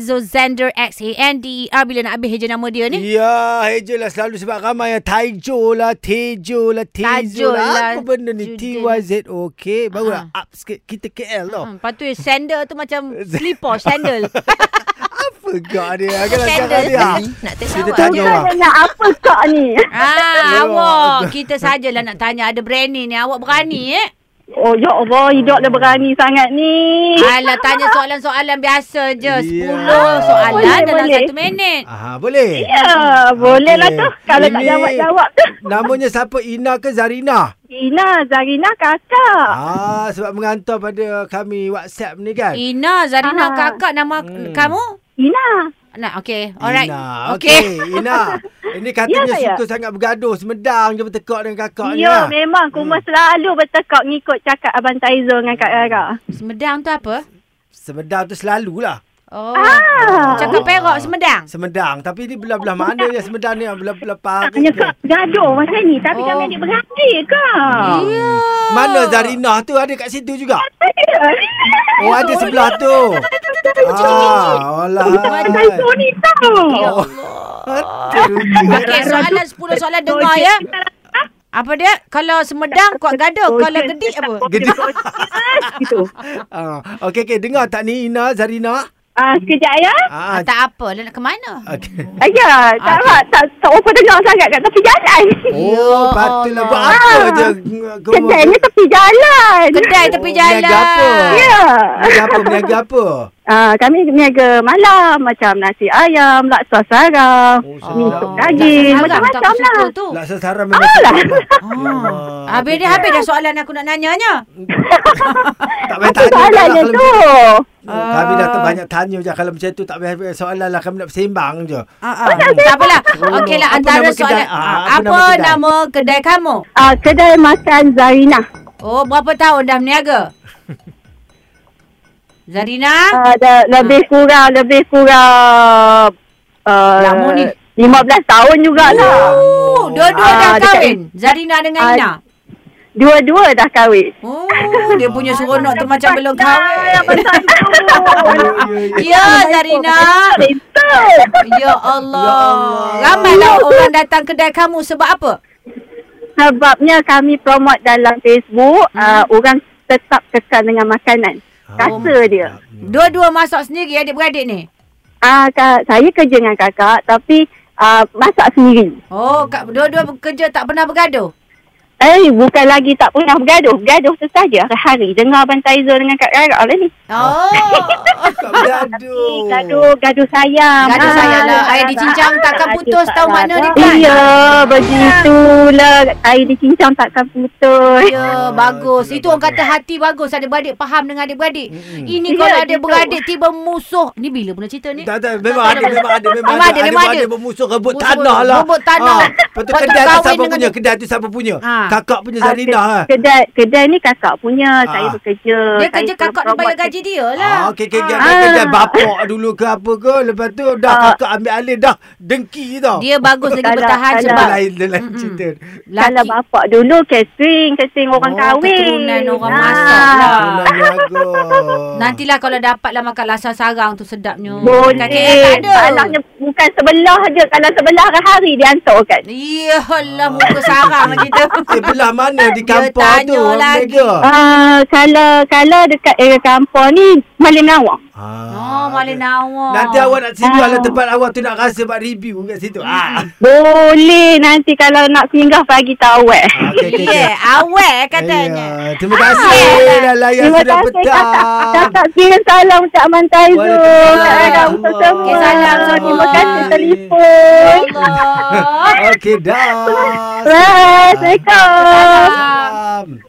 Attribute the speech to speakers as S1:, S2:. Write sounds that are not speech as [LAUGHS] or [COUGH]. S1: Taizozander X-A-N-D-E-R E. Ah, bila nak habis je nama dia ni.
S2: Ya, Hejo lah selalu sebab ramai yang Taijo lah, Tejo lah,
S1: Tajo
S2: Tejo lah. Apa
S1: lah,
S2: benda ni?
S1: Judin.
S2: T-Y-Z-O. Okay, baru
S1: Ah.
S2: lah up sikit. Kita KL tau.
S1: Hmm, lepas tu sandal tu macam slipper,
S2: [LAUGHS]
S1: sandal.
S2: Apa kau dia? Agaklah
S1: Sandal.
S2: sekarang dia.
S3: Nak test
S2: Kita
S3: awak je.
S2: tanya orang.
S4: Saya nak apa kak ni?
S1: ah,
S2: Alamak.
S1: awak. Kita sajalah nak tanya. Ada berani ni. Awak berani eh?
S4: Oh, ya Allah, hidup dah berani sangat ni.
S1: Alah, tanya soalan-soalan biasa je.
S2: Ya.
S1: Sepuluh soalan
S4: Boleh,
S1: dalam
S4: boleh.
S1: satu minit.
S2: Aha, boleh?
S4: Ya, boleh lah
S2: Okey.
S4: tu. Kalau tak
S2: Ini
S4: jawab-jawab tu. [LAUGHS]
S2: Namanya siapa? Ina ke Zarina?
S4: Ina, Zarina kakak.
S2: Ah, sebab mengantar pada kami WhatsApp ni kan.
S1: Ina, Zarina,
S4: Ah.
S1: kakak nama
S2: Hmm.
S1: kamu?
S4: Ina.
S1: Nah, okay. Alright.
S2: Ina.
S1: Okay.
S2: Okey,
S1: [LAUGHS]
S2: Ina. Ini katanya
S4: Ya, saya.
S2: suka sangat bergaduh, semedang je bertekak dengan lah. kakaknya.
S4: Ya,
S2: Hmm.
S4: memang Kuma selalu bertekak ngikut cakap Abang Taizo dengan Kak Rara.
S1: Semedang tu apa?
S2: Semedang tu selalulah.
S1: Oh.
S4: Ah.
S1: Cakap perak semedang.
S2: Semedang. Tapi ni belah-belah mana dia semedang ni? Belah-belah paru.
S4: Hanya Kak gaduh masa ni. Tapi
S1: Oh.
S4: kami adik berani Kak.
S1: Ya.
S2: Ah. Mana Zarina tu ada kat situ juga? Oh, ada
S1: Sorry.
S2: sebelah tu. Ah, alah.
S4: Abang Taizo ni tau.
S1: Ya,
S2: Oh. Aduh, dia.
S1: Okey, soalan 10 soalan dengar ya. Apa dia? Kalau semedang kuat
S4: Oh,
S1: gaduh, kalau gedik apa?
S2: Gedik.
S4: Gitu.
S2: Ah, okey okey dengar tak ni Ina Zarina?
S4: Ah, sekejap ya.
S2: Ah,
S1: Tak apa, lah nak ke mana?
S2: okey.
S4: Ah, Ya, tak apa. Tak, tak apa dengar sangat kat tepi jalan.
S2: Oh,
S1: Ya
S2: patutlah
S1: Allah.
S2: buat apa
S4: Ah.
S2: je.
S4: Kedai ni ya, tepi jalan.
S1: Kedai tepi jalan. Oh,
S2: Niaga apa?
S4: Ya.
S2: Niaga apa? Niaga apa?
S4: Ah, kami niaga malam macam nasi ayam, laksa sarang,
S2: Oh,
S4: mi
S2: sedap.
S4: sup daging,
S1: Sarang tu
S4: ya, macam-macam
S1: aku suka
S4: lah.
S1: tu.
S2: Laksa sarang memang
S4: Alah.
S2: [LAUGHS] Ya
S1: Ah. Habis dia habis dah soalan aku nak nanyanya.
S2: Tak payah
S4: Apa
S2: tanya dah lah
S4: soalannya
S2: kalau
S4: tu?
S2: macam-
S1: Ah.
S2: Kami dah terbanyak tanya je Kalau macam tu tak payah soalan lah Kami nak bersembang je
S1: Ah, ah. Tak apalah. Okeylah
S2: Apa
S1: antara
S2: nama kedai?
S1: soalan.
S2: Ah,
S1: Ah,
S2: apa
S1: Apa
S2: nama
S1: nama kedai kamu?
S4: Ah, kedai makan Zarina.
S1: Oh, berapa tahun dah berniaga? Zarina?
S4: Ah, dah, lebih kurang, lebih kurang... Uh,
S1: Lama ni.
S4: 15 tahun jugalah.
S1: Oh, dua-dua
S4: Ah,
S1: dah
S4: dekat
S1: kahwin. Zarina dengan
S4: Ah,
S1: Ina.
S4: Dua-dua dah kahwin.
S1: Oh, dia punya seronok tu macam belum kahwin.
S4: [LAUGHS]
S1: Ya, Zarina. Ya
S2: Ya
S1: Allah.
S2: Allah.
S1: Ramailah orang datang kedai kamu sebab apa?
S4: Sebabnya kami promote dalam Facebook, hmm. uh, orang tetap kekal dengan makanan.
S1: Oh,
S4: Rasa dia.
S2: Hmm.
S1: Dua-dua masak sendiri adik-beradik ni.
S4: Ah, kak, saya kerja dengan kakak tapi uh, masak sendiri.
S2: Hmm.
S1: Oh, kak, dua-dua kerja tak pernah bergaduh.
S4: Eh, bukan lagi tak pernah bergaduh. Bergaduh tu saja hari-hari. Dengar Abang Taizo dengan Kak Rara lah ni.
S1: Oh.
S4: [LAUGHS]
S2: Kak bergaduh
S4: Gaduh, gaduh sayang.
S1: Gaduh
S4: Ah,
S1: sayang lah. Air
S4: Kak
S1: dicincang
S4: Rara.
S1: takkan
S4: Aduh,
S1: putus
S4: Kak
S1: tahu
S4: Rara.
S1: makna dia kan?
S4: Iya, begitulah. Air dicincang takkan
S2: [LAUGHS]
S4: putus.
S1: Ya,
S2: Ah,
S1: bagus.
S2: itulah
S1: Itu orang
S2: bagus. Hmm.
S1: kata hati bagus adik-beradik faham dengan adik-beradik.
S2: Mm-mm.
S1: Ini
S4: Ya,
S1: kalau
S4: gitu.
S1: adik-beradik tiba musuh. Ni bila pula cerita ni?
S2: tak, tak, memang ada, memang ada, memang
S1: Memang
S2: ada,
S1: ada, memang
S2: ada,
S1: ada.
S2: bermusuh rebut
S1: Musuh
S2: tanah
S1: rebut-
S2: lah.
S1: rebut tanah.
S2: Ah, Lepas tu
S1: Lepas tu
S2: kedai tu
S1: kahwin
S2: siapa
S1: dengan
S2: punya,
S1: dia.
S2: kedai tu siapa punya.
S1: Ha.
S2: Kakak punya
S4: Ah,
S2: Zarina.
S4: ke-
S2: ha.
S4: Kedai kedai ni kakak punya.
S2: Ah.
S4: Saya bekerja.
S1: Dia
S4: Saya
S1: kerja
S4: suruh
S1: kakak dia bayar
S4: promote.
S1: gaji dia
S2: Ah,
S1: lah.
S2: okey okey okey.
S1: Ah.
S2: Kan kedai
S4: Ah.
S2: bapak dulu ke apa ke, lepas tu dah
S4: Ah.
S2: kakak ambil alih dah dengki tau.
S1: Dia bagus
S2: [LAUGHS]
S1: lagi
S4: Kalau-
S1: bertahan
S4: kalau-
S1: sebab
S2: Dia lain dia lain
S1: Mm-mm.
S2: cerita.
S4: Kalau
S1: laki.
S4: bapak dulu catering, catering orang
S1: Oh,
S4: kahwin.
S1: keturunan orang
S4: Ah.
S1: masak lah.
S2: Tulang jaga.
S1: Nantilah kalau dapatlah makan laksa sarang tu sedapnya.
S4: Boleh.
S1: Kat Hmm, KL tak ada.
S4: Salahnya bukan sebelah je. Kalau sebelah hari dia hantar kan.
S2: Ah.
S1: Iyalah Ya muka sarang lah
S2: [LAUGHS]
S1: kita.
S2: Eh, belah mana di
S1: Dia
S2: kampung
S1: tanya
S2: tu? orang
S1: lagi.
S2: Mega?
S4: Ah, kalau kalau dekat area kampung ni Malin Nawang.
S1: Oh, Malin Nawang.
S2: Ah, Nanti awak nak singgah lah
S4: Ah.
S2: tempat awak tu nak rasa buat review kat situ. Ah.
S4: Boleh nanti kalau nak singgah pagi tahu eh.
S2: Ah, okey, okey, okey.
S1: Ya, awet katanya.
S2: Ya, terima kasih ah. dah layan
S4: Terima
S2: sudah
S4: kasih
S2: petang.
S4: kakak. Kakak kirim salam untuk Aman Taizo.
S2: Waalaikumsalam.
S4: Kakak dah untuk semua.
S1: Okey, salam semua.
S4: Terima kasih telefon.
S1: Ya Allah.
S2: Okey dah.
S4: Waalaikumsalam.
S2: Salam.